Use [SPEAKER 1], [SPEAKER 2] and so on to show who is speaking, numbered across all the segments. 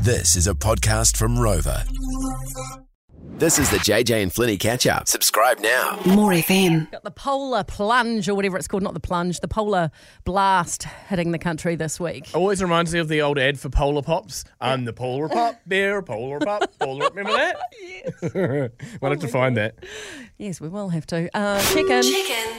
[SPEAKER 1] This is a podcast from Rover. This is the JJ and Flinny catch up. Subscribe now.
[SPEAKER 2] More FM.
[SPEAKER 3] Got the polar plunge or whatever it's called, not the plunge, the polar blast hitting the country this week.
[SPEAKER 4] Always reminds me of the old ad for Polar Pops. I'm the Polar Pop bear, Polar Pop, Polar. Remember that? yes. we'll have to find that.
[SPEAKER 3] Yes, we will have to. Uh, chicken. Chicken.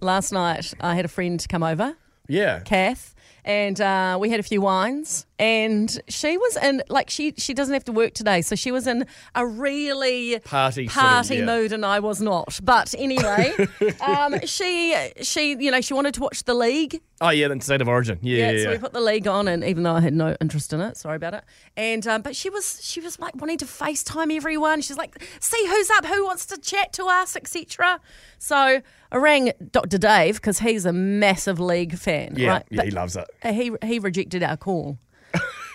[SPEAKER 3] Last night I had a friend come over,
[SPEAKER 4] Yeah.
[SPEAKER 3] Kath, and uh, we had a few wines. And she was in like she she doesn't have to work today, so she was in a really
[SPEAKER 4] Party sort of,
[SPEAKER 3] party
[SPEAKER 4] yeah.
[SPEAKER 3] mood, and I was not. But anyway, um, she she you know she wanted to watch the league.
[SPEAKER 4] Oh yeah, then State of Origin. Yeah,
[SPEAKER 3] Yeah,
[SPEAKER 4] yeah,
[SPEAKER 3] so
[SPEAKER 4] yeah.
[SPEAKER 3] we put the league on, and even though I had no interest in it, sorry about it. And um, but she was she was like wanting to FaceTime everyone. She's like, see who's up, who wants to chat to us, etc. So I rang Dr. Dave because he's a massive league fan,
[SPEAKER 4] yeah,
[SPEAKER 3] right?
[SPEAKER 4] yeah,
[SPEAKER 3] But
[SPEAKER 4] he loves it.
[SPEAKER 3] he he rejected our call,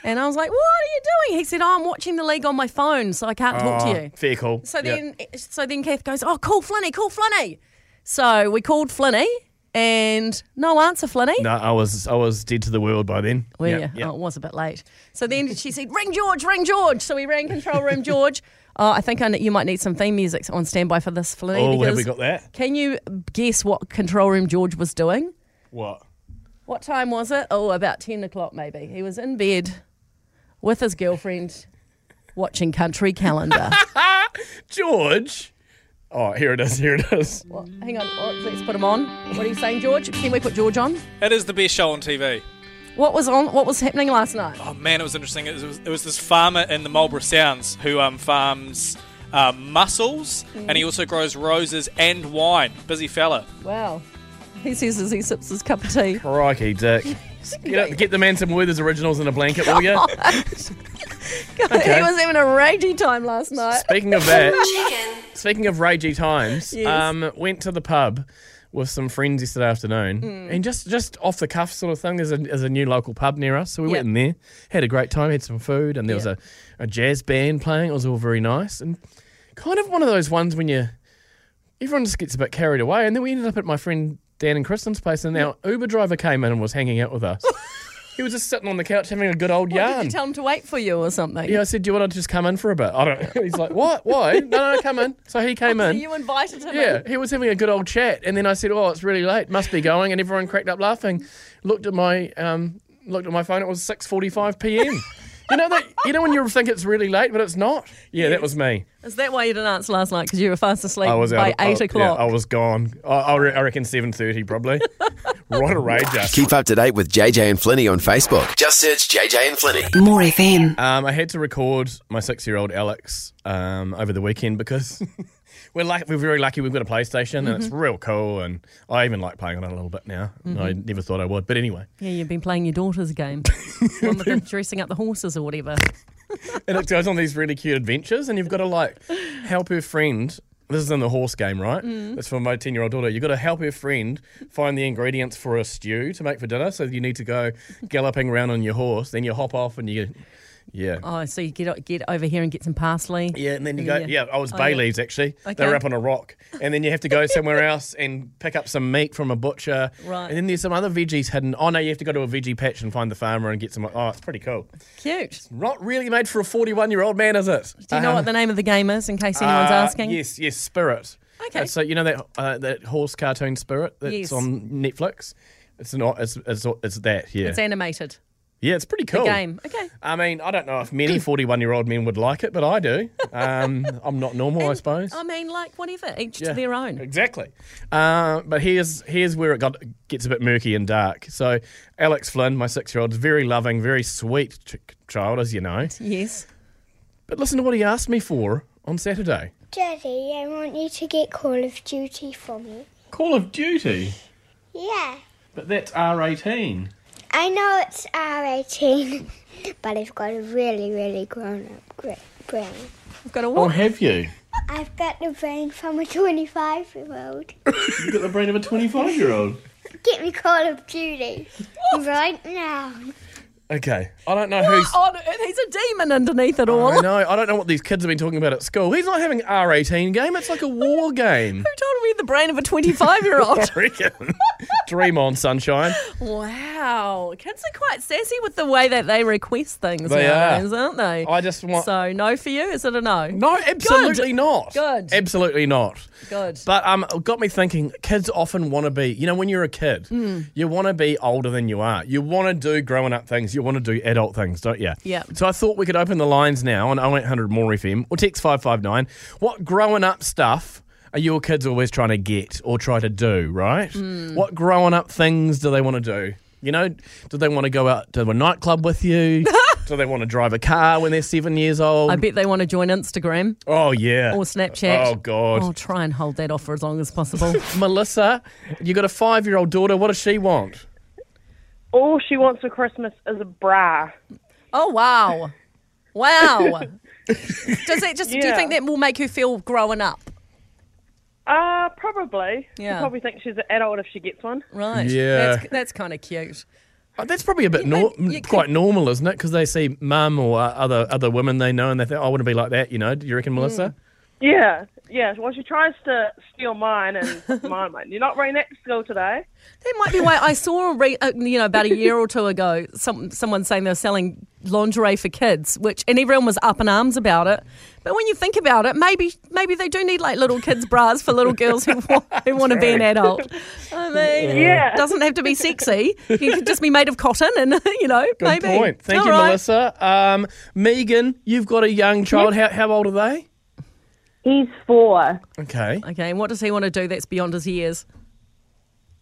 [SPEAKER 3] and I was like, what are you doing? He said, oh, I'm watching the league on my phone, so I can't talk to
[SPEAKER 4] Oh,
[SPEAKER 3] you.
[SPEAKER 4] Fair call.
[SPEAKER 3] So
[SPEAKER 4] Yeah.
[SPEAKER 3] then, so then Kath goes, "Oh, call Flinny, call Flinny." So we called Flinny, and no answer, Flinny.
[SPEAKER 4] No, I was I was dead to the world by then.
[SPEAKER 3] Were
[SPEAKER 4] yeah,
[SPEAKER 3] you?
[SPEAKER 4] yeah.
[SPEAKER 3] Oh, it was a bit late. So then she said, "Ring George, ring George." So we rang control room George. Oh, I think I, you might need some theme music on standby for this, Flinny.
[SPEAKER 4] Oh, have
[SPEAKER 3] because
[SPEAKER 4] we got that?
[SPEAKER 3] Can you guess what control room George was doing?
[SPEAKER 4] What?
[SPEAKER 3] What time was it? Oh, about ten o'clock maybe. He was in bed with his girlfriend, watching Country Calendar.
[SPEAKER 4] George. Oh, here it is. Here it is.
[SPEAKER 3] Well, hang on, oh, let's put him on. What are you saying, George? Can we put George on?
[SPEAKER 5] It is the best show on TV.
[SPEAKER 3] What was on? What was happening last night?
[SPEAKER 5] Oh man, it was interesting. It was, it was this farmer in the Marlborough Sounds who um, farms uh, mussels and he also grows roses and wine. Busy fella.
[SPEAKER 3] Wow. He says as he sips his cup of tea.
[SPEAKER 4] Crikey, Dick. Get, up, get the man some Werther's originals and a blanket, will you?
[SPEAKER 3] he was having a ragey time last night.
[SPEAKER 4] Speaking of that, speaking of ragey times,
[SPEAKER 3] Yes.
[SPEAKER 4] um, went to the pub with some friends yesterday afternoon,
[SPEAKER 3] Hmm.
[SPEAKER 4] and just just off the cuff sort of thing. There's a, there's a new local pub near us, so we
[SPEAKER 3] Yep.
[SPEAKER 4] went in there, had a great time, had some food, and there was
[SPEAKER 3] Yep.
[SPEAKER 4] a, a jazz band playing. It was all very nice, and kind of one of those ones when you everyone just gets a bit carried away, and then we ended up at my friend Dan and Kristen's place, and our Uber driver came in and was hanging out with us. he was just sitting on the couch having a good old
[SPEAKER 3] What,
[SPEAKER 4] yarn.
[SPEAKER 3] Oh, Did you tell him to wait for you or something?
[SPEAKER 4] Yeah, I said, "Do you want to just come in for a bit?" I don't. He's like, "What? Why? No, no, come in." So he came
[SPEAKER 3] So
[SPEAKER 4] in.
[SPEAKER 3] you invited him.
[SPEAKER 4] Yeah,
[SPEAKER 3] in?
[SPEAKER 4] he was having a good old chat, and then I said, "Oh, it's really late. Must be going." And everyone cracked up laughing. Looked at my um, looked at my phone. It was six forty-five p.m. you know that you know when you think it's really late, but it's not. Yeah, that was me.
[SPEAKER 3] Is that why you didn't answer last night? Because you were fast asleep by
[SPEAKER 4] I-
[SPEAKER 3] eight o'clock.
[SPEAKER 4] uh, Yeah, I was gone. I, I, re- I reckon seven thirty probably. right a rager.
[SPEAKER 1] Keep up to date with JJ and Flinny on Facebook. Just search JJ and Flinny.
[SPEAKER 2] More FM.
[SPEAKER 4] Um, I had to record my six-year-old Alex um, over the weekend because we're lucky, we're very lucky. We've got a PlayStation and it's real cool, and I even like playing on it a little bit now. I never thought I would, but anyway,
[SPEAKER 3] Yeah, you've been playing your daughter's game. The one with them dressing up the horses or whatever.
[SPEAKER 4] and it goes on these really cute adventures, and you've got to like help her friend. This is in the horse game, right? It's for my ten-year-old daughter. You've got to help her friend find the ingredients for a stew to make for dinner. So you need to go galloping around on your horse, then you hop off and you, yeah.
[SPEAKER 3] Oh, so you get get over here and get some parsley.
[SPEAKER 4] Yeah, and then you go.
[SPEAKER 3] Yeah.
[SPEAKER 4] Yeah, I was
[SPEAKER 3] Oh,
[SPEAKER 4] bay
[SPEAKER 3] yeah.
[SPEAKER 4] leaves actually.
[SPEAKER 3] Okay.
[SPEAKER 4] They were up on a rock, and then you have to go somewhere else and pick up some meat from a butcher.
[SPEAKER 3] Right.
[SPEAKER 4] And then there's some other veggies hidden. Oh no, you have to go to a veggie patch and find the farmer and get some. Oh, it's pretty cool.
[SPEAKER 3] Cute.
[SPEAKER 4] Not really made for a 41 year old man, is it? Um,
[SPEAKER 3] Do you know what the name of the game is in case anyone's asking?
[SPEAKER 4] Uh-huh. Uh, Yes, yes, Spirit.
[SPEAKER 3] Okay.
[SPEAKER 4] Uh, so you know that uh, that horse cartoon Spirit that's
[SPEAKER 3] Yes.
[SPEAKER 4] on Netflix. It's not. It's it's, it's that. Yeah.
[SPEAKER 3] It's animated.
[SPEAKER 4] yeah, it's pretty cool.
[SPEAKER 3] Game. Okay.
[SPEAKER 4] I mean, I don't know if many 41 year old men would like it, but I do. Um, I'm not normal, I suppose.
[SPEAKER 3] I mean, like whatever, each to
[SPEAKER 4] Yeah,
[SPEAKER 3] their own.
[SPEAKER 4] Exactly. Uh, but here's here's where it got gets a bit murky and dark. So Alex Flynn, my six year old, is a very loving, very sweet ch- child, as you know.
[SPEAKER 3] Yes.
[SPEAKER 4] But listen to what he asked me for on Saturday.
[SPEAKER 6] Daddy, I want you to get Call of Duty for me.
[SPEAKER 4] Call of Duty,
[SPEAKER 6] Yeah.
[SPEAKER 4] but that's R eighteen.
[SPEAKER 6] I know it's R18, but I've got a really, really grown up gra- brain.
[SPEAKER 3] I've
[SPEAKER 4] Oh,
[SPEAKER 3] got a walk.
[SPEAKER 4] have you?
[SPEAKER 6] I've got the brain from a 25 year old.
[SPEAKER 4] You got the brain of a twenty five year old.
[SPEAKER 6] Get me Call of Duty right now.
[SPEAKER 4] Okay. I don't know who's.
[SPEAKER 3] What on earth? Oh, He's a demon underneath it all.
[SPEAKER 4] I
[SPEAKER 3] Who
[SPEAKER 4] know. I don't know what these kids have been talking about at school. He's not having R18 game. It's like a war game.
[SPEAKER 3] told me the brain of a 25 year old?
[SPEAKER 4] I reckon. Dream on, sunshine.
[SPEAKER 3] wow. Kids are quite sassy with the way that they request things
[SPEAKER 4] They
[SPEAKER 3] nowadays,
[SPEAKER 4] are.
[SPEAKER 3] aren't they?
[SPEAKER 4] I just want.
[SPEAKER 3] so, no for you? Is it a no?
[SPEAKER 4] no, absolutely not.
[SPEAKER 3] Good.
[SPEAKER 4] Absolutely not.
[SPEAKER 3] Good.
[SPEAKER 4] But um, it got me thinking. Kids often want to be, you know, when you're a kid,
[SPEAKER 3] Hmm.
[SPEAKER 4] you want to be older than you are. You want to do growing up things. You want to do adult things, don't you?
[SPEAKER 3] Yeah.
[SPEAKER 4] So I thought we could open the lines now on 0800 More FM or text five five nine. What growing up stuff are your kids always trying to get or try to do? Right.
[SPEAKER 3] Hmm.
[SPEAKER 4] What growing up things do they want to do? You know, do they want to go out to a nightclub with you? do they want to drive a car when they're seven years old?
[SPEAKER 3] I bet they want to join Instagram
[SPEAKER 4] oh yeah.
[SPEAKER 3] or Snapchat.
[SPEAKER 4] Oh god.
[SPEAKER 3] I'll try and hold that off for as long as possible.
[SPEAKER 4] Melissa, you got a five year old daughter. What does she want?
[SPEAKER 2] All she wants for Christmas is a bra.
[SPEAKER 3] oh, wow. Wow. Does that just do you
[SPEAKER 2] Yeah.
[SPEAKER 3] think that will make her feel growing up?
[SPEAKER 2] Uh, probably.
[SPEAKER 3] Yeah.
[SPEAKER 2] She probably thinks she's an adult if she gets one.
[SPEAKER 3] Right.
[SPEAKER 4] Yeah.
[SPEAKER 3] That's, that's kind of cute.
[SPEAKER 4] Oh, That's probably a bit nor-
[SPEAKER 3] maybe you could-
[SPEAKER 4] quite normal, isn't it? Because they see mum or uh, other other women they know, and they think, "Oh, "I want to be like that." You know? Do you
[SPEAKER 3] Mm.
[SPEAKER 4] reckon, Melissa?
[SPEAKER 2] Yeah, yeah. Well, she tries to steal mine and mine. mine. You're not wearing that to school today.
[SPEAKER 3] That might be why I saw, a re- uh, you know, about a year or two ago, some someone saying they were selling lingerie for kids, which and everyone was up in arms about it. But when you think about it, maybe maybe they do need like little kids' bras for little girls who want, who want to be an adult. I mean,
[SPEAKER 2] Yeah.
[SPEAKER 3] doesn't have to be sexy. You could just be made of cotton, and you know,
[SPEAKER 4] Good
[SPEAKER 3] maybe.
[SPEAKER 4] point. Thank
[SPEAKER 3] All
[SPEAKER 4] you,
[SPEAKER 3] right.
[SPEAKER 4] Melissa. Um, Megan, you've got a young child. How how old are they?
[SPEAKER 7] He's four.
[SPEAKER 4] Okay.
[SPEAKER 3] Okay, and what does he want to do that's beyond his years?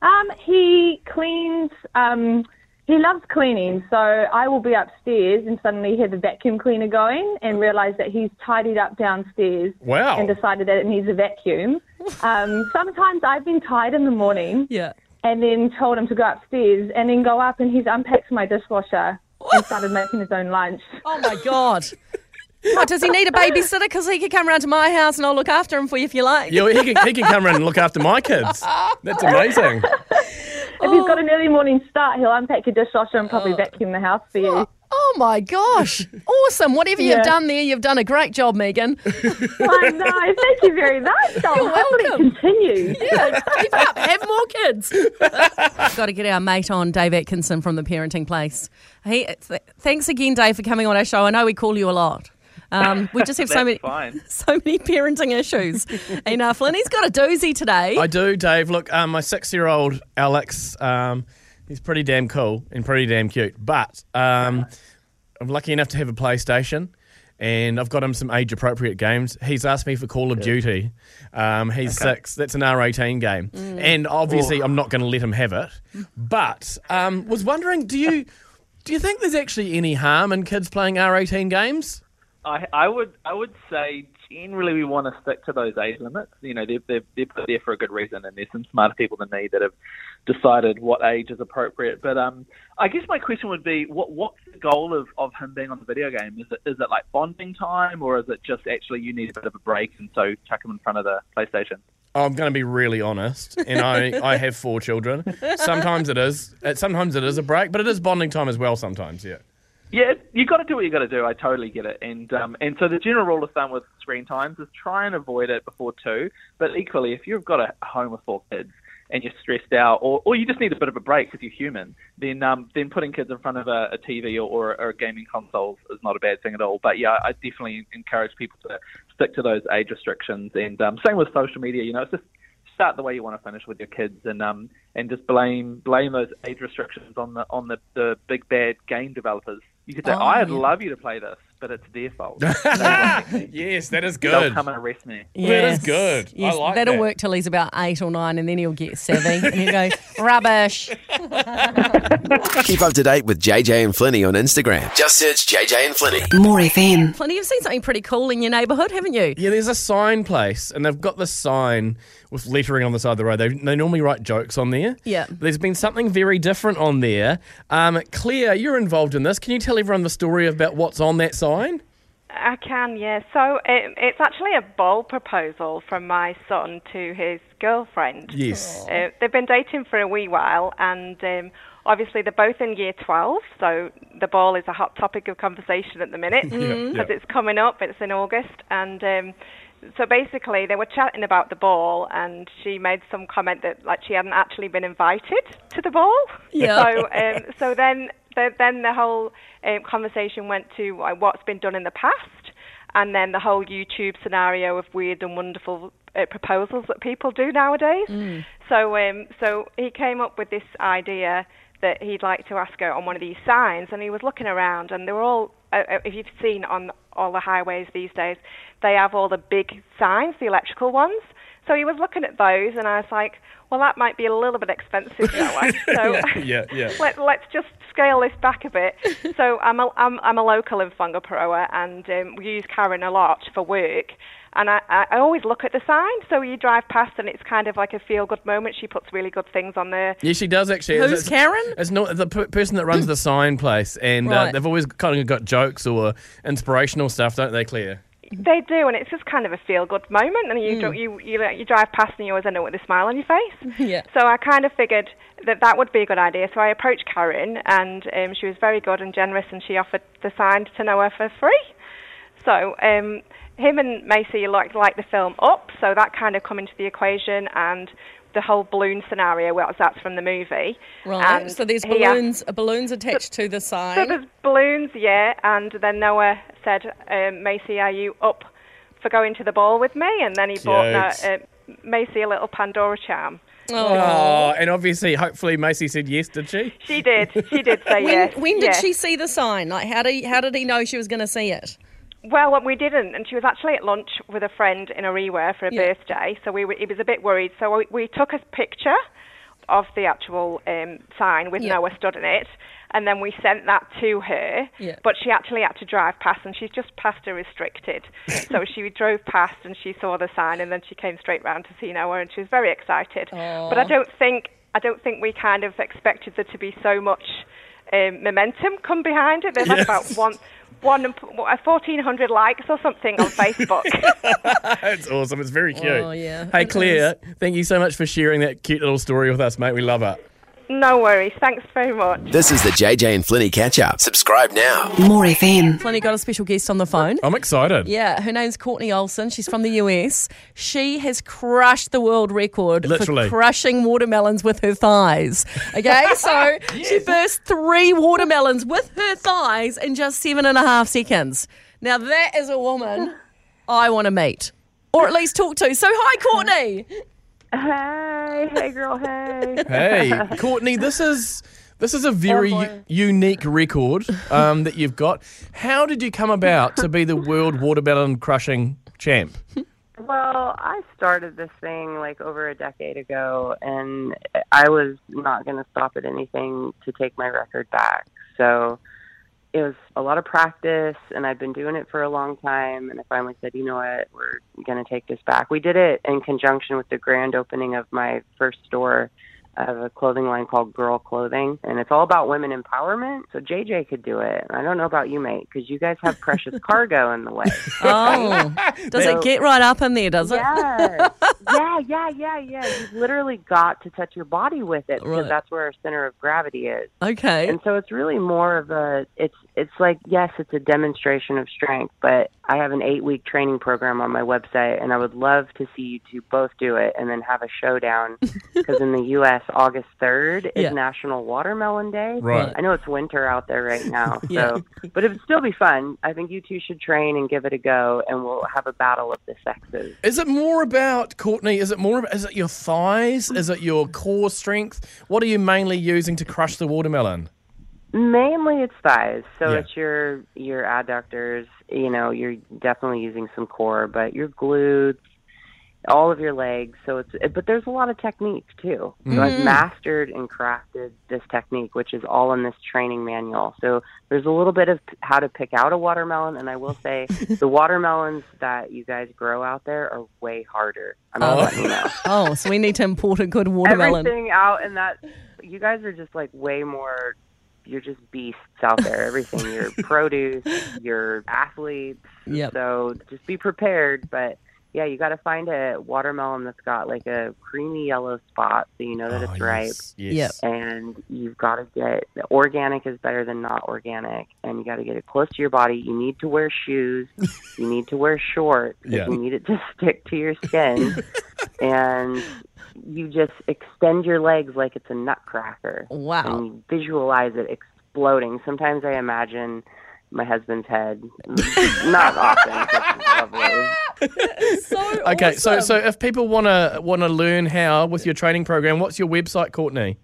[SPEAKER 7] Um, he cleans. Um, he loves cleaning, so I will be upstairs and suddenly hear the vacuum cleaner going and realise that he's tidied up downstairs.
[SPEAKER 3] Oh.
[SPEAKER 4] Wow.
[SPEAKER 7] And decided that it needs a vacuum. Um, sometimes I've been tired in the morning
[SPEAKER 3] Yeah.
[SPEAKER 7] and then told him to go upstairs and then go up and he's unpacked my dishwasher and started making his own lunch.
[SPEAKER 3] Oh my god. What, does he need a babysitter? Because he could come round to my house and I'll look after him for you if you like.
[SPEAKER 4] Yeah, well, he can he can come around and look after my kids. That's amazing.
[SPEAKER 7] If he's got an early morning start, he'll unpack your dishwasher and probably vacuum the house for you.
[SPEAKER 3] Oh my gosh. Awesome. Whatever
[SPEAKER 7] Yeah.
[SPEAKER 3] you've done there, you've done a great job, Megan.
[SPEAKER 7] I know. Thank you very much. I'll hopefully
[SPEAKER 3] welcome.
[SPEAKER 7] continue.
[SPEAKER 3] Yeah, keep it up. Have more kids. Got to get our mate on, Dave Atkinson from The Parenting Place. Hey, th- thanks again, Dave, for coming on our show. I know we call you a lot. Um, we just have so many,
[SPEAKER 8] fine.
[SPEAKER 3] so many parenting issues. and uh, Flinny's got a doozy today.
[SPEAKER 4] I do, Dave. Look, um, my six-year-old Alex, um, he's pretty damn cool and pretty damn cute. But um, I'm lucky enough to have a PlayStation, and I've got him some age-appropriate games. He's asked me for Call of Duty. Um, he's six. That's an R18 game, and obviously I'm not going to let him have it. But um, was wondering, do you do you think there's actually any harm in kids playing R18 games?
[SPEAKER 8] I, I would I would say generally we want to stick to those age limits. You know, they're, they're, they're put there for a good reason, and there's some smarter people than me that have decided what age is appropriate. But um, I guess my question would be, what what's the goal of, of him being on the video game? Is it is it like bonding time, or is it just actually you need a bit of a break, and so chuck him in front of the PlayStation?
[SPEAKER 4] I'm going to be really honest, and I, I have four children. Sometimes it is, uh, sometimes it is a break, but it is bonding time as well. Sometimes, yeah.
[SPEAKER 8] Yeah, you got to do what you got to do. I totally get it. And um, and so the general rule of thumb with screen times is try and avoid it before two. But equally, if you've got a home with four kids and you're stressed out, or, or you just need a bit of a break because you're human, then um, then putting kids in front of a, a TV or, or, a gaming console is not a bad thing at all. But yeah, I definitely encourage people to stick to those age restrictions. And um, same with social media. You know, it's just start the way you want to finish with your kids and um and just blame blame those age restrictions on the on the, the big bad game developers. You could say,
[SPEAKER 3] Oh,
[SPEAKER 8] I'd
[SPEAKER 3] yeah.
[SPEAKER 8] love you to play this, but it's their fault.
[SPEAKER 4] Yes, that is
[SPEAKER 8] They'll
[SPEAKER 4] good.
[SPEAKER 8] come and arrest me.
[SPEAKER 4] That is good. I like
[SPEAKER 3] that'll
[SPEAKER 4] that.
[SPEAKER 3] work till he's about eight or nine, and then he'll get savvy. and he'll go, rubbish.
[SPEAKER 1] Keep up to date with JJ and Flinny on Instagram. Just search JJ and Flinny.
[SPEAKER 9] More FM.
[SPEAKER 3] Plenty, you've seen something pretty cool in your neighbourhood, haven't you?
[SPEAKER 4] Yeah, there's a sign place, and they've got this sign with lettering on the side of the road. They, they normally write jokes on there.
[SPEAKER 3] Yeah.
[SPEAKER 4] There's been something very different on there. Um, Claire, you're involved in this. Can you tell everyone the story about what's on that sign?
[SPEAKER 10] I can, yeah. So it, it's actually a ball proposal from my son to his girlfriend.
[SPEAKER 4] Yes.
[SPEAKER 10] Uh, they've been dating for a wee while, and um, Obviously, they're both in year 12, so the ball is a hot topic of conversation at the minute because
[SPEAKER 9] Mm-hmm.
[SPEAKER 4] yeah.
[SPEAKER 10] it's coming up. It's in August, and um, so basically, they were chatting about the ball, and she made some comment that like she hadn't actually been invited to the ball.
[SPEAKER 3] Yeah.
[SPEAKER 10] So um, so then the, then the whole um, conversation went to uh, what's been done in the past, and then the whole YouTube scenario of weird and wonderful uh, proposals that people do nowadays. So um, so he came up with this idea that he'd like to ask her on one of these signs, and he was looking around, and they were all. Uh, uh, if you've seen on all the highways these days, they have all the big signs, the electrical ones. So he was looking at those, and I was like, "Well, that might be a little bit expensive, that one." So
[SPEAKER 4] Yeah, yeah.
[SPEAKER 10] Let, let's just scale this back a bit. so I'm a, I'm, I'm a local in Whangaparoa, and um, we use Karen a lot for work. And I, I I always look at the sign. So you drive past, and it's kind of like a feel-good moment. She puts really good things on there.
[SPEAKER 4] Yeah, she does actually.
[SPEAKER 3] Who's
[SPEAKER 4] It's-
[SPEAKER 3] Karen?
[SPEAKER 4] It's not the per- person that runs the sign place, and uh,
[SPEAKER 3] Right.
[SPEAKER 4] they've always kind of got jokes or inspirational stuff, don't they, Claire?
[SPEAKER 10] They do, and it's just kind of a feel-good moment. And you dr- you, you you drive past, and you always end up with a smile on your face.
[SPEAKER 3] Yeah.
[SPEAKER 10] So I kind of figured that that would be a good idea. So I approached Karen, and um, she was very good and generous, and she offered the sign to Noah for free. So um, him and Macy liked like the film Up, so that kind of come into the equation, and the whole balloon scenario. Well, that's from the movie.
[SPEAKER 3] Right.
[SPEAKER 10] And
[SPEAKER 3] so there's
[SPEAKER 10] he asked-
[SPEAKER 3] balloons uh, balloons attached to the
[SPEAKER 10] so
[SPEAKER 3] sign.
[SPEAKER 10] there's balloons, yeah, and then Noah said, um, Macy, are you up for going to the ball with me? And then he bought uh, uh,
[SPEAKER 4] Cute.
[SPEAKER 10] Macy a little Pandora charm.
[SPEAKER 4] Oh, and obviously, hopefully, Macy said yes, did she?
[SPEAKER 10] She did. She did say
[SPEAKER 3] When,
[SPEAKER 10] yes.
[SPEAKER 3] when did
[SPEAKER 10] yes.
[SPEAKER 3] she see the sign? Like, how did he, how did he know she was going to see it?
[SPEAKER 10] Well, we didn't, and she was actually at lunch with a friend in Arewa for a
[SPEAKER 3] Yeah.
[SPEAKER 10] birthday, so we were, he was a bit worried. So we, we took a picture of the actual um, sign with
[SPEAKER 3] Yeah.
[SPEAKER 10] Noah stood in it, and then we sent that to her.
[SPEAKER 3] Yeah.
[SPEAKER 10] But she actually had to drive past, and she's just past her restricted. so she drove past and she saw the sign, and then she came straight round to see Noah, and she was very excited. But I don't think I don't think we kind of expected there to be so much um, momentum come behind it. There's had about one one and p- what, uh, 1400 likes or something on Facebook.
[SPEAKER 4] It's awesome. It's very cute.
[SPEAKER 3] Oh, yeah,
[SPEAKER 4] Hey,
[SPEAKER 3] it
[SPEAKER 4] Claire, thank you so much for sharing that cute little story with us, mate. We love it.
[SPEAKER 10] no worries. Thanks very much.
[SPEAKER 1] This is the JJ and Flinny catch up. Subscribe now.
[SPEAKER 9] More FM.
[SPEAKER 3] Plenty got a special guest on the phone.
[SPEAKER 4] I'm excited.
[SPEAKER 3] Yeah, her name's Courtney Olson. She's from the US. She has crushed the world record
[SPEAKER 4] Literally.
[SPEAKER 3] for crushing watermelons with her thighs. Okay, so she burst three watermelons with her thighs in just seven and a half seconds. Now, that is a woman I want to meet or at least talk to. So, hi, Courtney.
[SPEAKER 7] Hey, hey, girl, hey.
[SPEAKER 4] Hey, Courtney, this is this is a very
[SPEAKER 3] Oh,
[SPEAKER 4] u- unique record um, that you've got. How did you come about to be the world watermelon crushing champ?
[SPEAKER 11] Well, I started this thing like over a decade ago, and I was not going to stop at anything to take my record back. So it was a lot of practice, and I've been doing it for a long time. And I finally said, you know what, we're going to take this back. We did it in conjunction with the grand opening of my first store of a clothing line called Girl Clothing, and it's all about women empowerment. So JJ could do it. I don't know about you, mate, because you guys have precious cargo in the way.
[SPEAKER 3] Oh, does it get right up in there, does it?
[SPEAKER 11] Yes. yeah, yeah, yeah, yeah. You've literally got to touch your body with it because
[SPEAKER 3] Right.
[SPEAKER 11] that's where our center of gravity is.
[SPEAKER 3] Okay.
[SPEAKER 11] And so it's really more of a it's it's like yes, it's a demonstration of strength, but I have an 8-week training program on my website and I would love to see you two both do it and then have a showdown because in the US August 3rd is
[SPEAKER 3] Yeah.
[SPEAKER 11] National Watermelon Day.
[SPEAKER 4] Right.
[SPEAKER 11] I know it's winter out there right now,
[SPEAKER 3] Yeah.
[SPEAKER 11] so but it would still be fun. I think you two should train and give it a go and we'll have a battle of the sexes.
[SPEAKER 4] Is it more about Courtney? Is it more? About, is it your thighs? Is it your core strength? What are you mainly using to crush the watermelon?
[SPEAKER 11] Mainly it's thighs. So
[SPEAKER 4] Yeah.
[SPEAKER 11] it's your your adductors, you know, you're definitely using some core, but your glutes, all of your legs. So it's but there's a lot of technique too. So
[SPEAKER 3] Mm.
[SPEAKER 11] I've mastered and crafted this technique which is all in this training manual. So there's a little bit of how to pick out a watermelon and I will say the watermelons that you guys grow out there are way harder. I'm
[SPEAKER 3] Oh.
[SPEAKER 11] not letting you know.
[SPEAKER 3] Oh, so we need to import a good watermelon.
[SPEAKER 11] Everything out in that. You guys are just like way more. You're just beasts out there. Everything. Your produce, your athletes.
[SPEAKER 3] Yep.
[SPEAKER 11] So just be prepared. But yeah, you got to find a watermelon that's got like a creamy yellow spot so you know that it's ripe.
[SPEAKER 9] yes. Yep.
[SPEAKER 11] And you've got to get organic is better than not organic, and you got to get it close to your body. You need to wear shoes. you need to wear shorts. 'cause
[SPEAKER 9] Yeah.
[SPEAKER 11] You need it to stick to your skin, and you just extend your legs like it's a nutcracker.
[SPEAKER 3] Wow.
[SPEAKER 11] And you visualize it exploding. Sometimes I imagine my husband's head. Not often. 'cause he's lovely.
[SPEAKER 4] okay, so so if people wanna wanna learn how with your training program, what's your website, Courtney?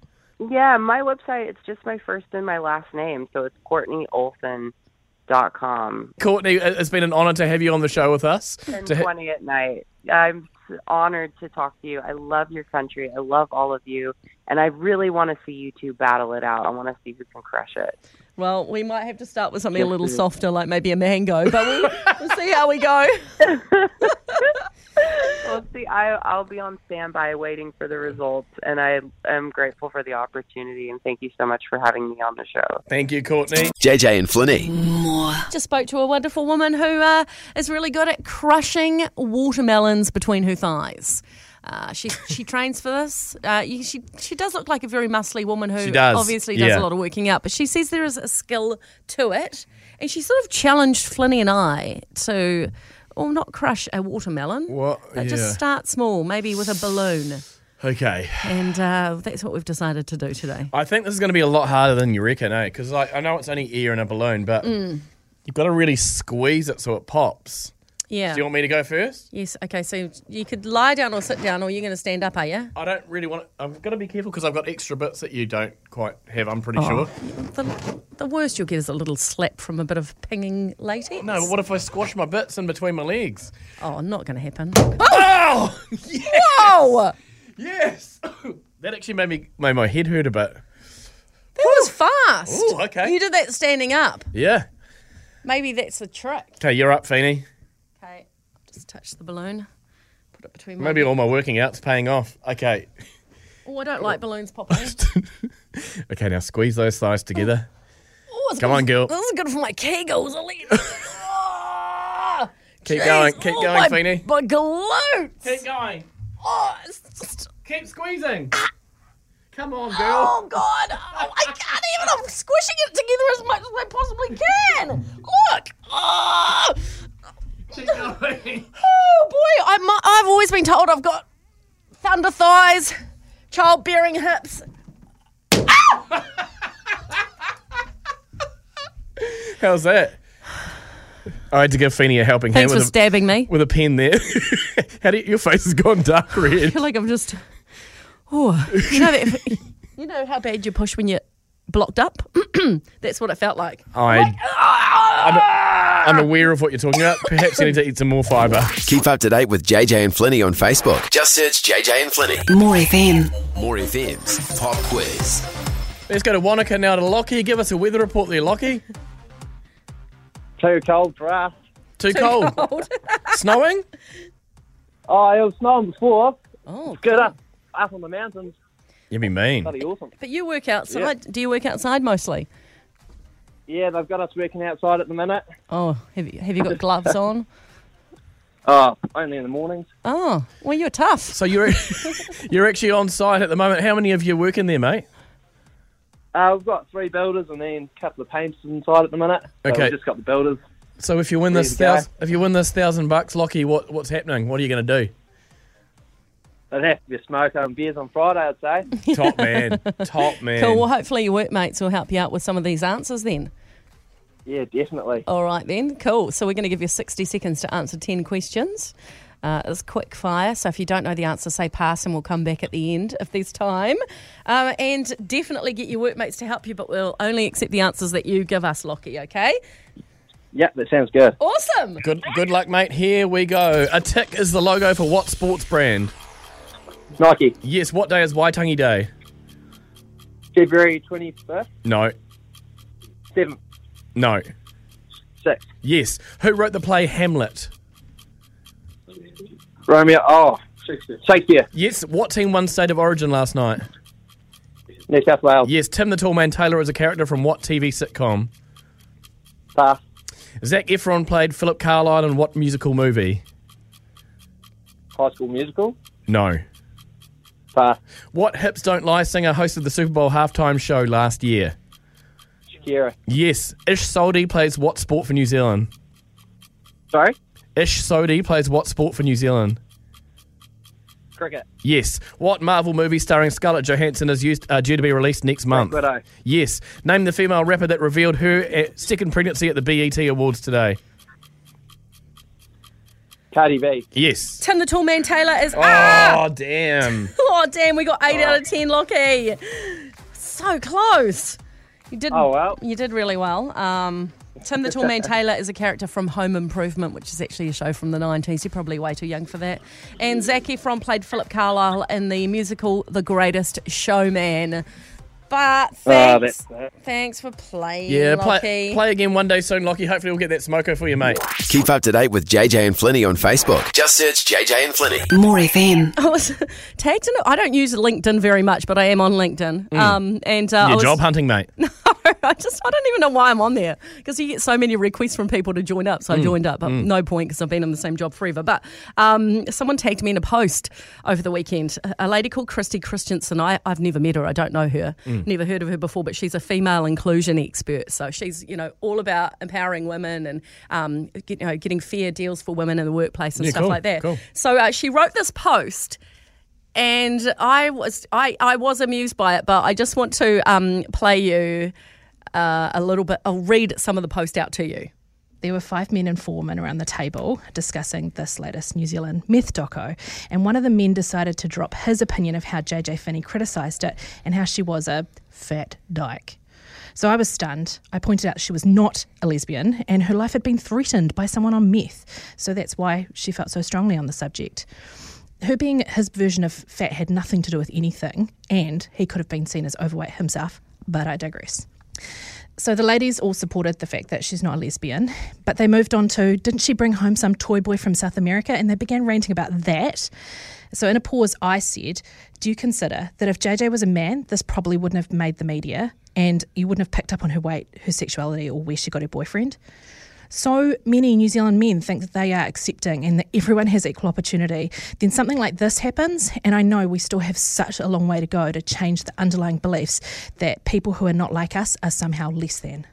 [SPEAKER 11] Yeah, my website, it's just my first and my last name. So it's CourtneyOlson.com.
[SPEAKER 4] Courtney, it- it's been an honor to have you on the show with us. To ha-
[SPEAKER 11] 1020 at night. I'm honored to talk to you. I love your country. I love all of you. And I really want to see you two battle it out. I want to see who can crush it.
[SPEAKER 3] Well, we might have to start with something a
[SPEAKER 11] Yes,
[SPEAKER 3] little
[SPEAKER 11] it is.
[SPEAKER 3] softer, like maybe a mango, but we'll, we'll see how we go.
[SPEAKER 11] Well, see, I, I'll be on standby waiting for the results. And I am grateful for the opportunity. And thank you so much for having me on the show.
[SPEAKER 4] Thank you, Courtney.
[SPEAKER 1] JJ and Flinny.
[SPEAKER 3] Just spoke to a wonderful woman who uh, is really good at crushing watermelons between her thighs. Uh, she she trains for this. Uh, you, she she does look like a very muscly woman who
[SPEAKER 4] She does,
[SPEAKER 3] obviously does
[SPEAKER 4] yeah.
[SPEAKER 3] a lot of working out, but she says there is a skill to it, and she sort of challenged Flinny and I to, well, not crush a watermelon,
[SPEAKER 4] What?
[SPEAKER 3] but
[SPEAKER 4] Yeah.
[SPEAKER 3] just start small, maybe with a balloon,
[SPEAKER 4] Okay.
[SPEAKER 3] and uh, that's what we've decided to do today.
[SPEAKER 4] I think this is going to be a lot harder than you reckon, eh? Because I know it's only air in a balloon, but
[SPEAKER 3] Mm.
[SPEAKER 4] you've got to really squeeze it so it pops.
[SPEAKER 3] Yeah.
[SPEAKER 4] Do you want me to go first?
[SPEAKER 3] Yes. Okay. So you could lie down or sit down, or you're going to stand up, are you?
[SPEAKER 4] I don't really want. I've got to be careful because I've got extra bits that you don't quite have. I'm pretty
[SPEAKER 3] Oh.
[SPEAKER 4] sure.
[SPEAKER 3] The, the worst you'll get is a little slap from a bit of pinging latex.
[SPEAKER 4] No, but what if I squash my bits in between my legs?
[SPEAKER 3] Oh, not going to happen.
[SPEAKER 4] Oh!
[SPEAKER 3] Whoa!
[SPEAKER 4] Yes. That actually made me made my head hurt a bit.
[SPEAKER 3] That was fast.
[SPEAKER 4] Ooh, okay.
[SPEAKER 3] You did that standing up.
[SPEAKER 4] Yeah.
[SPEAKER 3] Maybe that's the trick.
[SPEAKER 4] Okay, you're up, Feeney.
[SPEAKER 3] Okay. Just touch the balloon. Put it between my.
[SPEAKER 4] Maybe all my working out's paying off. Okay.
[SPEAKER 3] Oh, I don't like balloons popping.
[SPEAKER 4] Okay, now squeeze those thighs together.
[SPEAKER 3] Oh, it's
[SPEAKER 4] Come
[SPEAKER 3] good-
[SPEAKER 4] on, girl.
[SPEAKER 3] This is good for my kegels. I'll eat. Ah,
[SPEAKER 4] Keep
[SPEAKER 3] jeez.
[SPEAKER 4] going, keep
[SPEAKER 3] Oh,
[SPEAKER 4] going,
[SPEAKER 3] my,
[SPEAKER 4] Feeney.
[SPEAKER 3] My glutes.
[SPEAKER 4] Keep going.
[SPEAKER 3] Oh, it's just.
[SPEAKER 4] Keep squeezing. Come on,
[SPEAKER 3] Ah. Oh God! Oh, I can't even. I'm squishing it together as much as I possibly can. Look! Oh, oh boy! I'm, I've always been told I've got thunder thighs, childbearing hips.
[SPEAKER 4] How's that? I had to give Feeney a helping hand
[SPEAKER 3] Thanks for
[SPEAKER 4] with a,
[SPEAKER 3] stabbing me.
[SPEAKER 4] with a pen there. How do you, your face has gone dark
[SPEAKER 3] I
[SPEAKER 4] red.
[SPEAKER 3] feel like I'm just. Oh, you know that, You know how bad you push when you're blocked up. That's what it felt like.
[SPEAKER 4] I, I'm, I'm aware of what you're talking about. Perhaps you need to eat some more fibre.
[SPEAKER 1] Keep up to date with JJ and Flinny on Facebook. Just search JJ and Flinny.
[SPEAKER 4] More FM.
[SPEAKER 1] More FM's Pop Quiz.
[SPEAKER 4] Let's go to Wanaka now to Lockie. Give us a weather report there, Lockie.
[SPEAKER 12] Too cold for us.
[SPEAKER 4] Too, cold. Snowing?
[SPEAKER 12] Oh, it was snowing before.
[SPEAKER 3] Oh,
[SPEAKER 12] good up, up on the mountains.
[SPEAKER 4] You'd be mean.
[SPEAKER 12] Bloody awesome.
[SPEAKER 3] But you work outside. Do you work outside mostly?
[SPEAKER 12] Yeah, they've got us working outside at the minute.
[SPEAKER 3] Oh, have you, have you got gloves on?
[SPEAKER 12] Oh, only in the mornings.
[SPEAKER 3] Oh, well, you're tough.
[SPEAKER 4] So you're you're actually on site at the moment. How many of you work in there, mate?
[SPEAKER 12] Uh, we've got three builders and then a couple of painters inside at the minute. So
[SPEAKER 4] Okay.
[SPEAKER 12] We've just got the builders.
[SPEAKER 4] So if you win
[SPEAKER 12] There
[SPEAKER 4] this
[SPEAKER 12] you go.
[SPEAKER 4] thousand, if you win this thousand bucks, Lockie, what what's happening? What are you going to do?
[SPEAKER 12] It'd have to be a smoke and beers on Friday, I'd
[SPEAKER 4] say. Top man. Top man.
[SPEAKER 3] Cool. Well, hopefully your workmates will help you out with some of these answers then.
[SPEAKER 12] Yeah, definitely.
[SPEAKER 3] All right, then. Cool. So we're going to give you 60 seconds to answer 10 questions. Uh, it's quick fire. So if you don't know the answer, say pass and we'll come back at the end if there's time. Um, and definitely get your workmates to help you, but we'll only accept the answers that you give us, Lockie, okay?
[SPEAKER 12] Yep, that sounds good.
[SPEAKER 3] Awesome.
[SPEAKER 4] Good good luck, mate. Here we go. A tick is the logo for what sports brand?
[SPEAKER 12] Nike.
[SPEAKER 4] Yes. What day is Waitangi Day?
[SPEAKER 12] February 25th,
[SPEAKER 4] No.
[SPEAKER 12] 7th,
[SPEAKER 4] No.
[SPEAKER 12] 6th.
[SPEAKER 4] Yes. Who wrote the play Hamlet?
[SPEAKER 12] Romeo. Oh, Shakespeare. Shakespeare.
[SPEAKER 4] Yes. What team won State of Origin last night?
[SPEAKER 12] New South Wales.
[SPEAKER 4] Yes. Tim the Tall Man Taylor is a character from what TV sitcom?
[SPEAKER 12] Pass.
[SPEAKER 4] Zach Efron played Philip Carlisle in what musical movie?
[SPEAKER 12] High School Musical?
[SPEAKER 4] No. What Hips Don't Lie singer hosted the Super Bowl halftime show last year?
[SPEAKER 12] Shakira.
[SPEAKER 4] Yes. Ish Soldi plays what sport for New Zealand?
[SPEAKER 12] Sorry?
[SPEAKER 4] Ish Sodhi plays what sport for New Zealand?
[SPEAKER 12] Cricket.
[SPEAKER 4] Yes. What Marvel movie starring Scarlett Johansson is used, uh, due to be released next month?
[SPEAKER 12] Widow.
[SPEAKER 4] Yes. Name the female rapper that revealed her uh, second pregnancy at the BET Awards today.
[SPEAKER 12] Cardi B.
[SPEAKER 4] Yes.
[SPEAKER 3] Tim the Tall Man Taylor is. Ah!
[SPEAKER 4] Oh, damn.
[SPEAKER 3] Oh, damn, we got eight out of ten, Lockie. So close. You did.
[SPEAKER 12] Oh, well.
[SPEAKER 3] You did really well. Um, Tim the Tall Man Taylor is a character from Home Improvement, which is actually a show from the 90s. You're probably way too young for that. And Zac Efron played Philip Carlisle in the musical The Greatest Showman.
[SPEAKER 12] Ah,
[SPEAKER 3] But thanks, thanks for playing,
[SPEAKER 4] Yeah, play,
[SPEAKER 3] Lockie.
[SPEAKER 4] play again one day soon, Lockie. Hopefully, we'll get that smoker for you, mate.
[SPEAKER 1] Keep up to date with JJ and Flinny on Facebook. Just search JJ and Flinny.
[SPEAKER 3] More FM. I was tagged in. a- I don't use LinkedIn very much, but I am on LinkedIn.
[SPEAKER 4] Mm.
[SPEAKER 3] Um, and uh, I
[SPEAKER 4] You're
[SPEAKER 3] was-
[SPEAKER 4] job hunting, mate.
[SPEAKER 3] I just I don't even know why I'm on there because you get so many requests from people to join up. So I
[SPEAKER 9] Mm,
[SPEAKER 3] joined up, but
[SPEAKER 9] mm.
[SPEAKER 3] no point because I've been in the same job forever. But um, someone tagged me in a post over the weekend. A- A lady called Christy Christensen. I, I've never met her. I don't know her.
[SPEAKER 9] Mm.
[SPEAKER 3] Never heard of her before. But she's a female inclusion expert. So she's you know all about empowering women and um, get, you know getting fair deals for women in the workplace and
[SPEAKER 9] Yeah,
[SPEAKER 3] stuff
[SPEAKER 9] cool,
[SPEAKER 3] like that.
[SPEAKER 9] cool.
[SPEAKER 3] So uh, she wrote this post and I was I, I was amused by it, but I just want to um, play you uh, a little bit. I'll read some of the post out to you.
[SPEAKER 13] There were five men and four women around the table discussing this latest New Zealand meth doco, and one of the men decided to drop his opinion of how JJ Finney criticised it and how she was a fat dyke. So I was stunned. I pointed out she was not a lesbian and her life had been threatened by someone on meth, so that's why she felt so strongly on the subject. Her being his version of fat had nothing to do with anything, and he could have been seen as overweight himself, but I digress. So the ladies all supported the fact that she's not a lesbian, but they moved on to didn't she bring home some toy boy from South America? And they began ranting about that. So in a pause, I said, Do you consider that if JJ was a man, this probably wouldn't have made the media and you wouldn't have picked up on her weight, her sexuality, or where she got her boyfriend? So many New Zealand men think that they are accepting and that everyone has equal opportunity. Then something like this happens, and I know we still have such a long way to go to change the underlying beliefs that people who are not like us are somehow less than.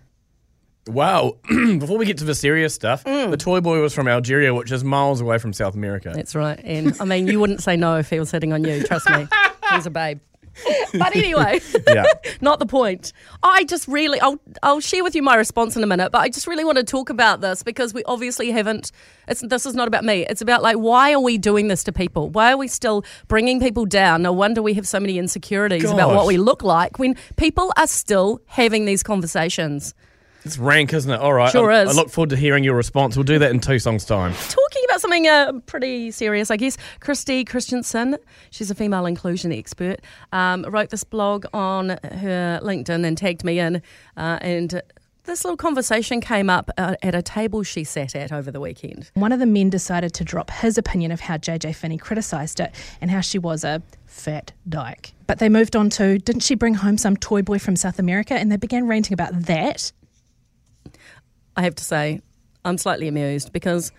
[SPEAKER 4] Wow. Before we get to the serious stuff,
[SPEAKER 3] Mm.
[SPEAKER 4] the toy boy was from Algeria, which is miles away from South America.
[SPEAKER 3] That's right. And I mean, you wouldn't say no if he was hitting on you. Trust me, he's a babe. But anyway,
[SPEAKER 4] yeah.
[SPEAKER 3] not the point. I just really, I'll, I'll share with you my response in a minute, but I just really want to talk about this because we obviously haven't. It's, this is not about me. It's about like, why are we doing this to people? Why are we still bringing people down? No wonder we have so many insecurities about what
[SPEAKER 4] Gosh.
[SPEAKER 3] we look like when people are still having these conversations.
[SPEAKER 4] It's rank, isn't it? All right.
[SPEAKER 3] Sure
[SPEAKER 4] I,
[SPEAKER 3] is.
[SPEAKER 4] I look forward to hearing your response. We'll do that in two songs' time.
[SPEAKER 3] talking about something uh, pretty serious, I guess. Christy Christensen, she's a female inclusion expert, um, wrote this blog on her LinkedIn and tagged me in. Uh, and this little conversation came up uh, at a table she sat at over the weekend.
[SPEAKER 13] One of the men decided to drop his opinion of how JJ Finney criticised it and how she was a fat dyke. But they moved on to didn't she bring home some toy boy from South America? And they began ranting about that.
[SPEAKER 3] I have to say, I'm slightly amused because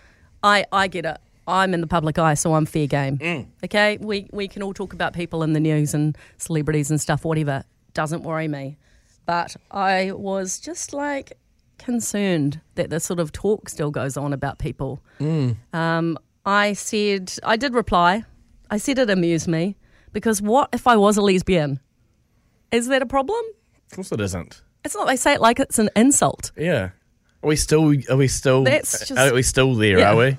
[SPEAKER 3] I, I get it. I'm in the public eye, so I'm fair game. Okay, we, we can all talk about people in the news and celebrities and stuff, whatever. Doesn't worry me. But I was just like concerned that this sort of talk still goes on about people. Um, I said, I did reply. I said it amused me because what if I was a lesbian? Is that a problem?
[SPEAKER 4] Of course it isn't.
[SPEAKER 3] It's not, they say it like it's an insult.
[SPEAKER 4] Yeah. Are we still? Are we still?
[SPEAKER 3] That's just-
[SPEAKER 4] are we still there?
[SPEAKER 3] Yeah.
[SPEAKER 4] Are we?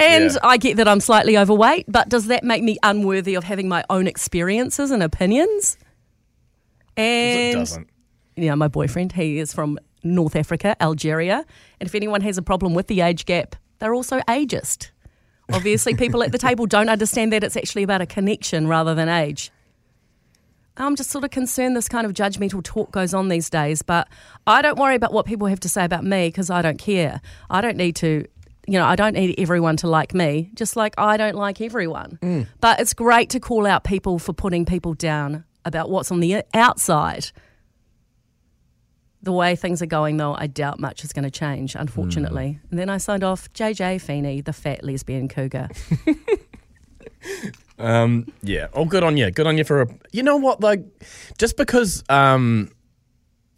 [SPEAKER 3] And
[SPEAKER 4] Yeah.
[SPEAKER 3] I get that I'm slightly overweight, but does that make me unworthy of having my own experiences and opinions? And
[SPEAKER 4] doesn't.
[SPEAKER 3] you know, my boyfriend, he is from North Africa, Algeria, and if anyone has a problem with the age gap, they're also ageist. Obviously, people at the table don't understand that it's actually about a connection rather than age. I'm just sort of concerned this kind of judgmental talk goes on these days, but I don't worry about what people have to say about me because I don't care. I don't need to, you know, I don't need everyone to like me, just like I don't like everyone.
[SPEAKER 9] Mm.
[SPEAKER 3] But it's great to call out people for putting people down about what's on the outside. The way things are going, though, I doubt much is going to change, unfortunately. And then I signed off JJ Feeney, the fat lesbian cougar.
[SPEAKER 4] Um, yeah. Oh, good on you. Good on you for a. You know what? Like, just because, um,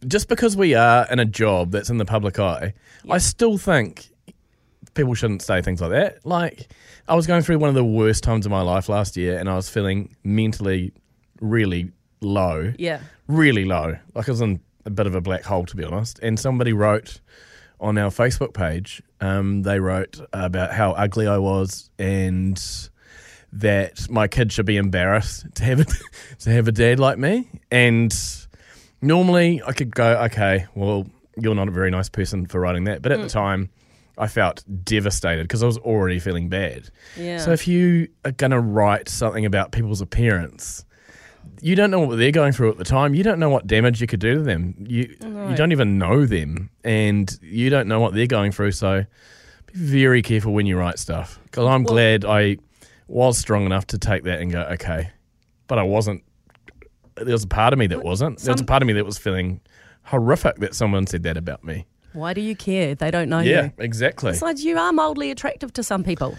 [SPEAKER 4] just because we are in a job that's in the public eye, I still think people shouldn't say things like that. Like, I was going through one of the worst times of my life last year, and I was feeling mentally really low.
[SPEAKER 3] Yeah.
[SPEAKER 4] Really low. Like, I was in a bit of a black hole, to be honest. And somebody wrote on our Facebook page, um, they wrote about how ugly I was and that my kid should be embarrassed to have a, to have a dad like me. And normally I could go, okay, well, you're not a very nice person for writing that. But at the
[SPEAKER 9] Mm.
[SPEAKER 4] time, I felt devastated because I was already feeling bad.
[SPEAKER 9] Yeah.
[SPEAKER 4] So if you are going to write something about people's appearance, you don't know what they're going through at the time. You don't know what damage you could do to them. You
[SPEAKER 3] No.
[SPEAKER 4] you don't even know them, and you don't know what they're going through. So be very careful when you write stuff. Because I'm
[SPEAKER 3] Well-
[SPEAKER 4] glad I was strong enough to take that and go, okay, but I wasn't. There was a part of me that wasn't. There was a
[SPEAKER 3] some-
[SPEAKER 4] part of me that was feeling horrific that someone said that about me.
[SPEAKER 3] Why do you care? They don't know
[SPEAKER 4] yeah,
[SPEAKER 3] you.
[SPEAKER 4] exactly.
[SPEAKER 3] Besides, you are mildly attractive to some people.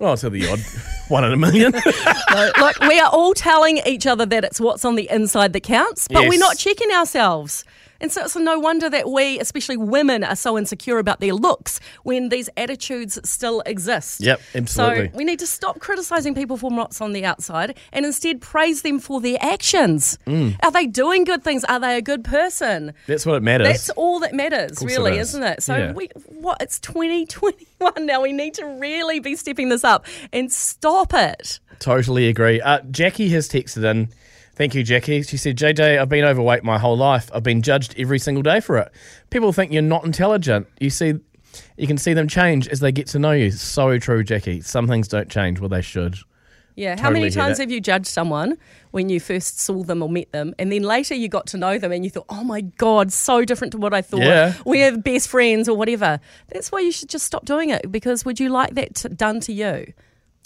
[SPEAKER 4] well, to the odd one in a million.
[SPEAKER 3] No, look, we are all telling each other that it's what's on the inside that counts, but we're
[SPEAKER 4] Yes.
[SPEAKER 3] not checking ourselves. And so it's no wonder that we, especially women, are so insecure about their looks when these attitudes still exist.
[SPEAKER 4] Yep, absolutely.
[SPEAKER 3] So we need to stop criticizing people for what's on the outside and instead praise them for their actions.
[SPEAKER 4] Mm.
[SPEAKER 3] Are they doing good things? Are they a good person?
[SPEAKER 4] That's what it matters.
[SPEAKER 3] That's all that matters,
[SPEAKER 4] Of course
[SPEAKER 3] really,
[SPEAKER 4] it
[SPEAKER 3] is.
[SPEAKER 4] is.
[SPEAKER 3] isn't it? So
[SPEAKER 4] Yeah.
[SPEAKER 3] we what it's 2021 now. We need to really be stepping this up and stop it.
[SPEAKER 4] Totally agree. Uh, Jackie has texted in. Thank you, Jackie. She said, JJ, I've been overweight my whole life. I've been judged every single day for it. People think you're not intelligent. You see, you can see them change as they get to know you. So true, Jackie. Some things don't change. Well, they should.
[SPEAKER 3] Yeah. How many
[SPEAKER 4] Totally hear
[SPEAKER 3] times
[SPEAKER 4] that.
[SPEAKER 3] have you judged someone when you first saw them or met them, and then later you got to know them and you thought, oh my God, so different to what I thought.
[SPEAKER 4] Yeah.
[SPEAKER 3] We're best friends or whatever. That's why you should just stop doing it because would you like that t- done to you?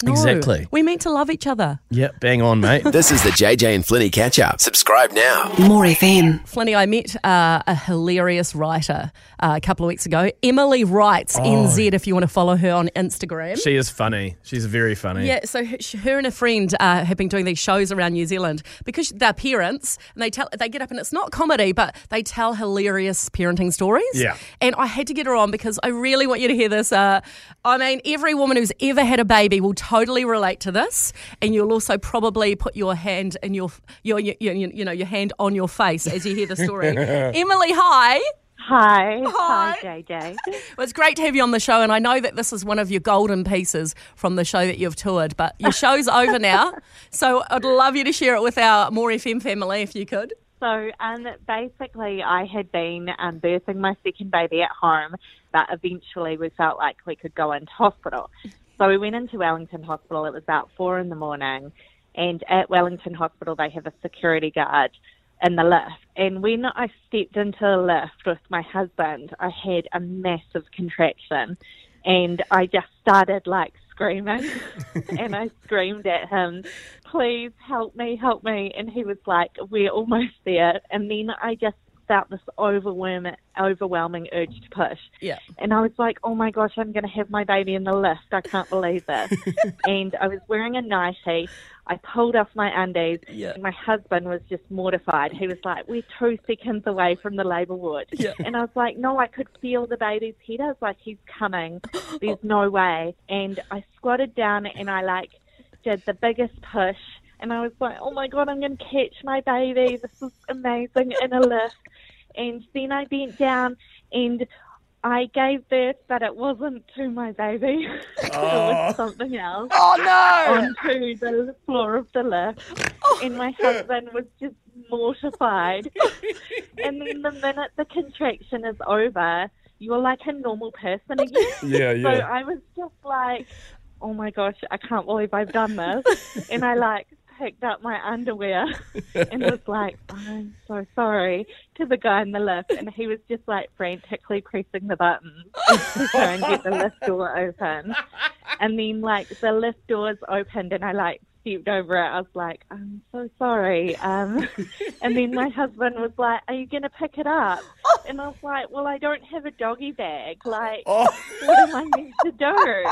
[SPEAKER 3] No.
[SPEAKER 1] Exactly.
[SPEAKER 3] We're meant to love each other.
[SPEAKER 4] Yep, bang on, mate.
[SPEAKER 1] this is the JJ and Flinny catch up. Subscribe now.
[SPEAKER 3] More FM. Flinny, I met uh, a hilarious writer uh, a couple of weeks ago. Emily Writes,
[SPEAKER 4] Oh.
[SPEAKER 3] NZ, if you want to follow her on Instagram.
[SPEAKER 4] She is funny. She's very funny.
[SPEAKER 3] Yeah, so h- sh- her and a friend uh, have been doing these shows around New Zealand because they're parents and they tell they get up and it's not comedy, but they tell hilarious parenting stories.
[SPEAKER 14] Yeah.
[SPEAKER 3] and I had to get her on because I really want you to hear this. Uh, I mean, every woman who's ever had a baby will totally relate to this, and you'll also probably put your hand in your your, your, your you know your hand on your face as you hear the story. Emily, hi.
[SPEAKER 14] Hi.
[SPEAKER 3] Hi.
[SPEAKER 14] JJ.
[SPEAKER 3] Well, it's great to have you on the show, and I know that this is one of your golden pieces from the show that you've toured, but your show's over now. So I'd love you to share it with our More FM family if you could.
[SPEAKER 14] So, um, basically, I had been um, birthing my second baby at home, but eventually we felt like we could go into hospital. So we went into Wellington Hospital. It was about four in the morning, and at Wellington Hospital they have a security guard in the lift. And when I stepped into the lift with my husband, I had a massive contraction, and I just started like screaming, and I screamed at him, "Please help me, help me!" And he was like, "We're almost there." And then I just felt this overwhelming, overwhelming urge to push.
[SPEAKER 3] Yeah.
[SPEAKER 14] And I was like, oh my gosh, I'm going to have my baby in the lift. I can't believe this. and I was wearing a nightie. I pulled off my undies.
[SPEAKER 3] Yeah.
[SPEAKER 14] And my husband was just mortified. He was like, we're two seconds away from the labour ward.
[SPEAKER 3] Yeah.
[SPEAKER 14] And I was like, no, I could feel the baby's head. I was like, he's coming. There's no way. And I squatted down and I like did the biggest push. And I was like, oh my God, I'm going to catch my baby. This is amazing in a lift. And then I bent down and I gave birth, but it wasn't to my baby. it was something else.
[SPEAKER 3] Oh no! Oh,
[SPEAKER 14] Onto the floor of the lift, and my husband was just mortified. and then the minute the contraction is over, you're like a normal person again.
[SPEAKER 15] Yeah,
[SPEAKER 14] So
[SPEAKER 15] yeah.
[SPEAKER 14] I was just like, oh my gosh, I can't believe I've done this. and I like picked up my underwear and was like, I'm so sorry to the guy in the lift. And he was just like frantically pressing the button to try and get the lift door open. And then like the lift doors opened and I like stepped over it. I was like, I'm so sorry. Um, and then my husband was like, Are you going to pick it up? And I was like, Well, I
[SPEAKER 3] Oh.
[SPEAKER 14] don't have a doggy bag. Like, what am I meant to do?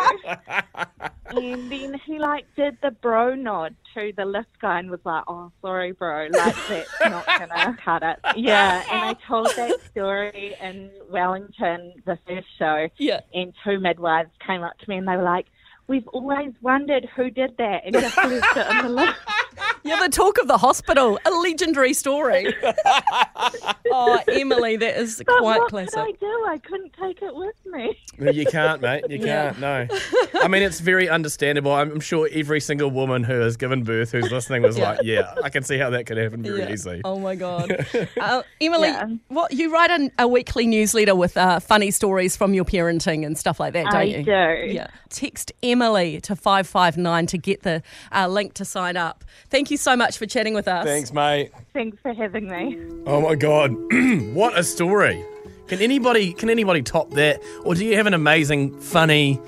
[SPEAKER 14] and then he like did the bro nod to the lift guy and was like, "Oh, sorry, bro, like that's not gonna cut it." Yeah, and I told that story in Wellington, the first show.
[SPEAKER 3] Yeah,
[SPEAKER 14] and two midwives came up to me and they were like, "We've always wondered who did that and just left it in the lift."
[SPEAKER 3] You're the talk of the hospital. A legendary story. oh, Emily, that is
[SPEAKER 14] But
[SPEAKER 3] quite
[SPEAKER 14] what
[SPEAKER 3] classic.
[SPEAKER 14] could I do? I couldn't take it with me.
[SPEAKER 4] No, You can't, mate. You
[SPEAKER 14] Yeah.
[SPEAKER 4] can't. No. I mean, it's very understandable. I'm I'm sure every single woman who has given birth who's listening was
[SPEAKER 3] Yeah.
[SPEAKER 4] like, yeah, I can see how that could happen very
[SPEAKER 3] Yeah.
[SPEAKER 4] easily.
[SPEAKER 3] Oh my god, uh, Emily! What you write an, a weekly newsletter with uh, funny stories from your parenting and stuff like that, don't
[SPEAKER 14] I
[SPEAKER 3] you?
[SPEAKER 14] do.
[SPEAKER 3] Yeah. Text Emily to five five nine to get the uh, link to sign up. Thank you so much for chatting with us.
[SPEAKER 4] Thanks, mate.
[SPEAKER 14] Thanks for having me.
[SPEAKER 4] Oh my god, what a story! Can anybody can anybody top that? Or do you have an amazing, funny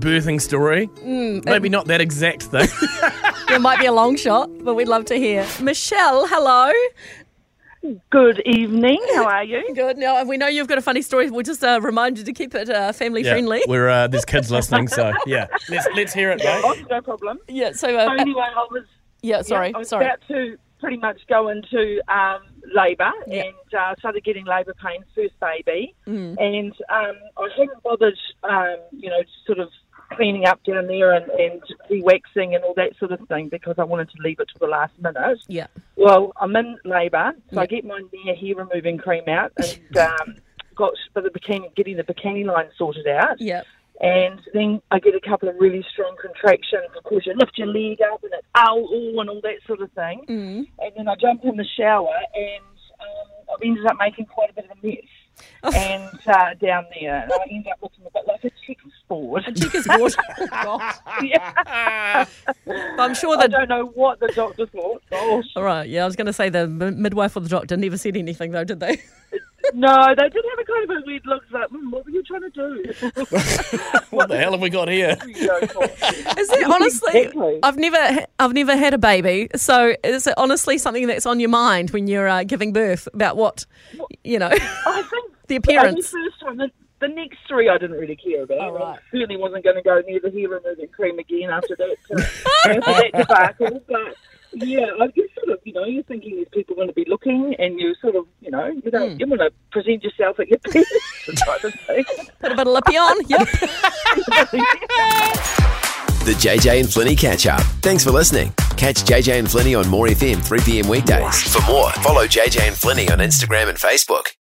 [SPEAKER 4] birthing story?
[SPEAKER 3] Mm,
[SPEAKER 4] Maybe
[SPEAKER 3] it-
[SPEAKER 4] not that exact thing.
[SPEAKER 3] It might be a long shot, but we'd love to hear. Michelle, hello.
[SPEAKER 9] Good evening. How are you?
[SPEAKER 3] Good. Now we know you've got a funny story. We'll just uh, remind you to keep it uh, family
[SPEAKER 4] Yeah,
[SPEAKER 3] friendly.
[SPEAKER 4] We're uh, there's kids listening, so yeah. Let's let's hear it, mate.
[SPEAKER 9] Oh, No problem.
[SPEAKER 3] Yeah. So uh,
[SPEAKER 9] anyway, I was.
[SPEAKER 3] Yeah, sorry,
[SPEAKER 9] I was
[SPEAKER 3] sorry.
[SPEAKER 9] about to pretty much go into um, labour and uh, started getting labour pains first baby,
[SPEAKER 15] Mm.
[SPEAKER 9] and um, I hadn't bothered, um, you know, sort of cleaning up down there and, and de-waxing and all that sort of thing because I wanted to leave it to the last minute.
[SPEAKER 3] Yeah.
[SPEAKER 9] Well, I'm in labour, so I
[SPEAKER 3] Yeah.
[SPEAKER 9] get my Nair hair removing cream out and um, got for the bikini, getting the bikini line sorted out.
[SPEAKER 3] Yep.
[SPEAKER 9] And then I get a couple of really strong contractions. Of course, you lift your leg up and it's ow, ooh, and all that sort of thing.
[SPEAKER 3] Mm.
[SPEAKER 9] And then I jump in the shower and um, I've ended up making quite a bit of a
[SPEAKER 3] Oh.
[SPEAKER 9] mess. and uh, down there, and I end up looking a bit like a chicken sport. A
[SPEAKER 3] chicken sport.
[SPEAKER 9] yeah.
[SPEAKER 3] I'm sure
[SPEAKER 9] I don't know what the doctor thought. Oh, Gosh.
[SPEAKER 3] All right. Yeah, I was going to say the m- midwife or the doctor never said anything though, did they?
[SPEAKER 9] No, they did have a kind of a weird look. Like, mm, what were you trying to do?
[SPEAKER 4] What the hell have we got here?
[SPEAKER 3] Is it honestly? I've never, I've never had a baby, so is it honestly something that's on your mind when you're uh, giving birth about what, you know,
[SPEAKER 9] I think
[SPEAKER 3] the
[SPEAKER 9] The
[SPEAKER 3] appearance?
[SPEAKER 9] first one, the, the next three, I didn't really care about.
[SPEAKER 3] Oh, right.
[SPEAKER 9] I certainly wasn't going to go near the hair removing cream again after that, uh, after that debacle. But yeah, like you sort of, you know, you're thinking these people are going to be looking, and you sort of, you know, you don't,
[SPEAKER 3] Hmm.
[SPEAKER 9] you want to present yourself at your best. type of thing.
[SPEAKER 3] Put a bit of lippy on. Yep.
[SPEAKER 1] The JJ and Flinny catch up. Thanks for listening. Catch JJ and Flinny on More FM 3 p.m. weekdays. For more, follow JJ and Flinny on Instagram and Facebook.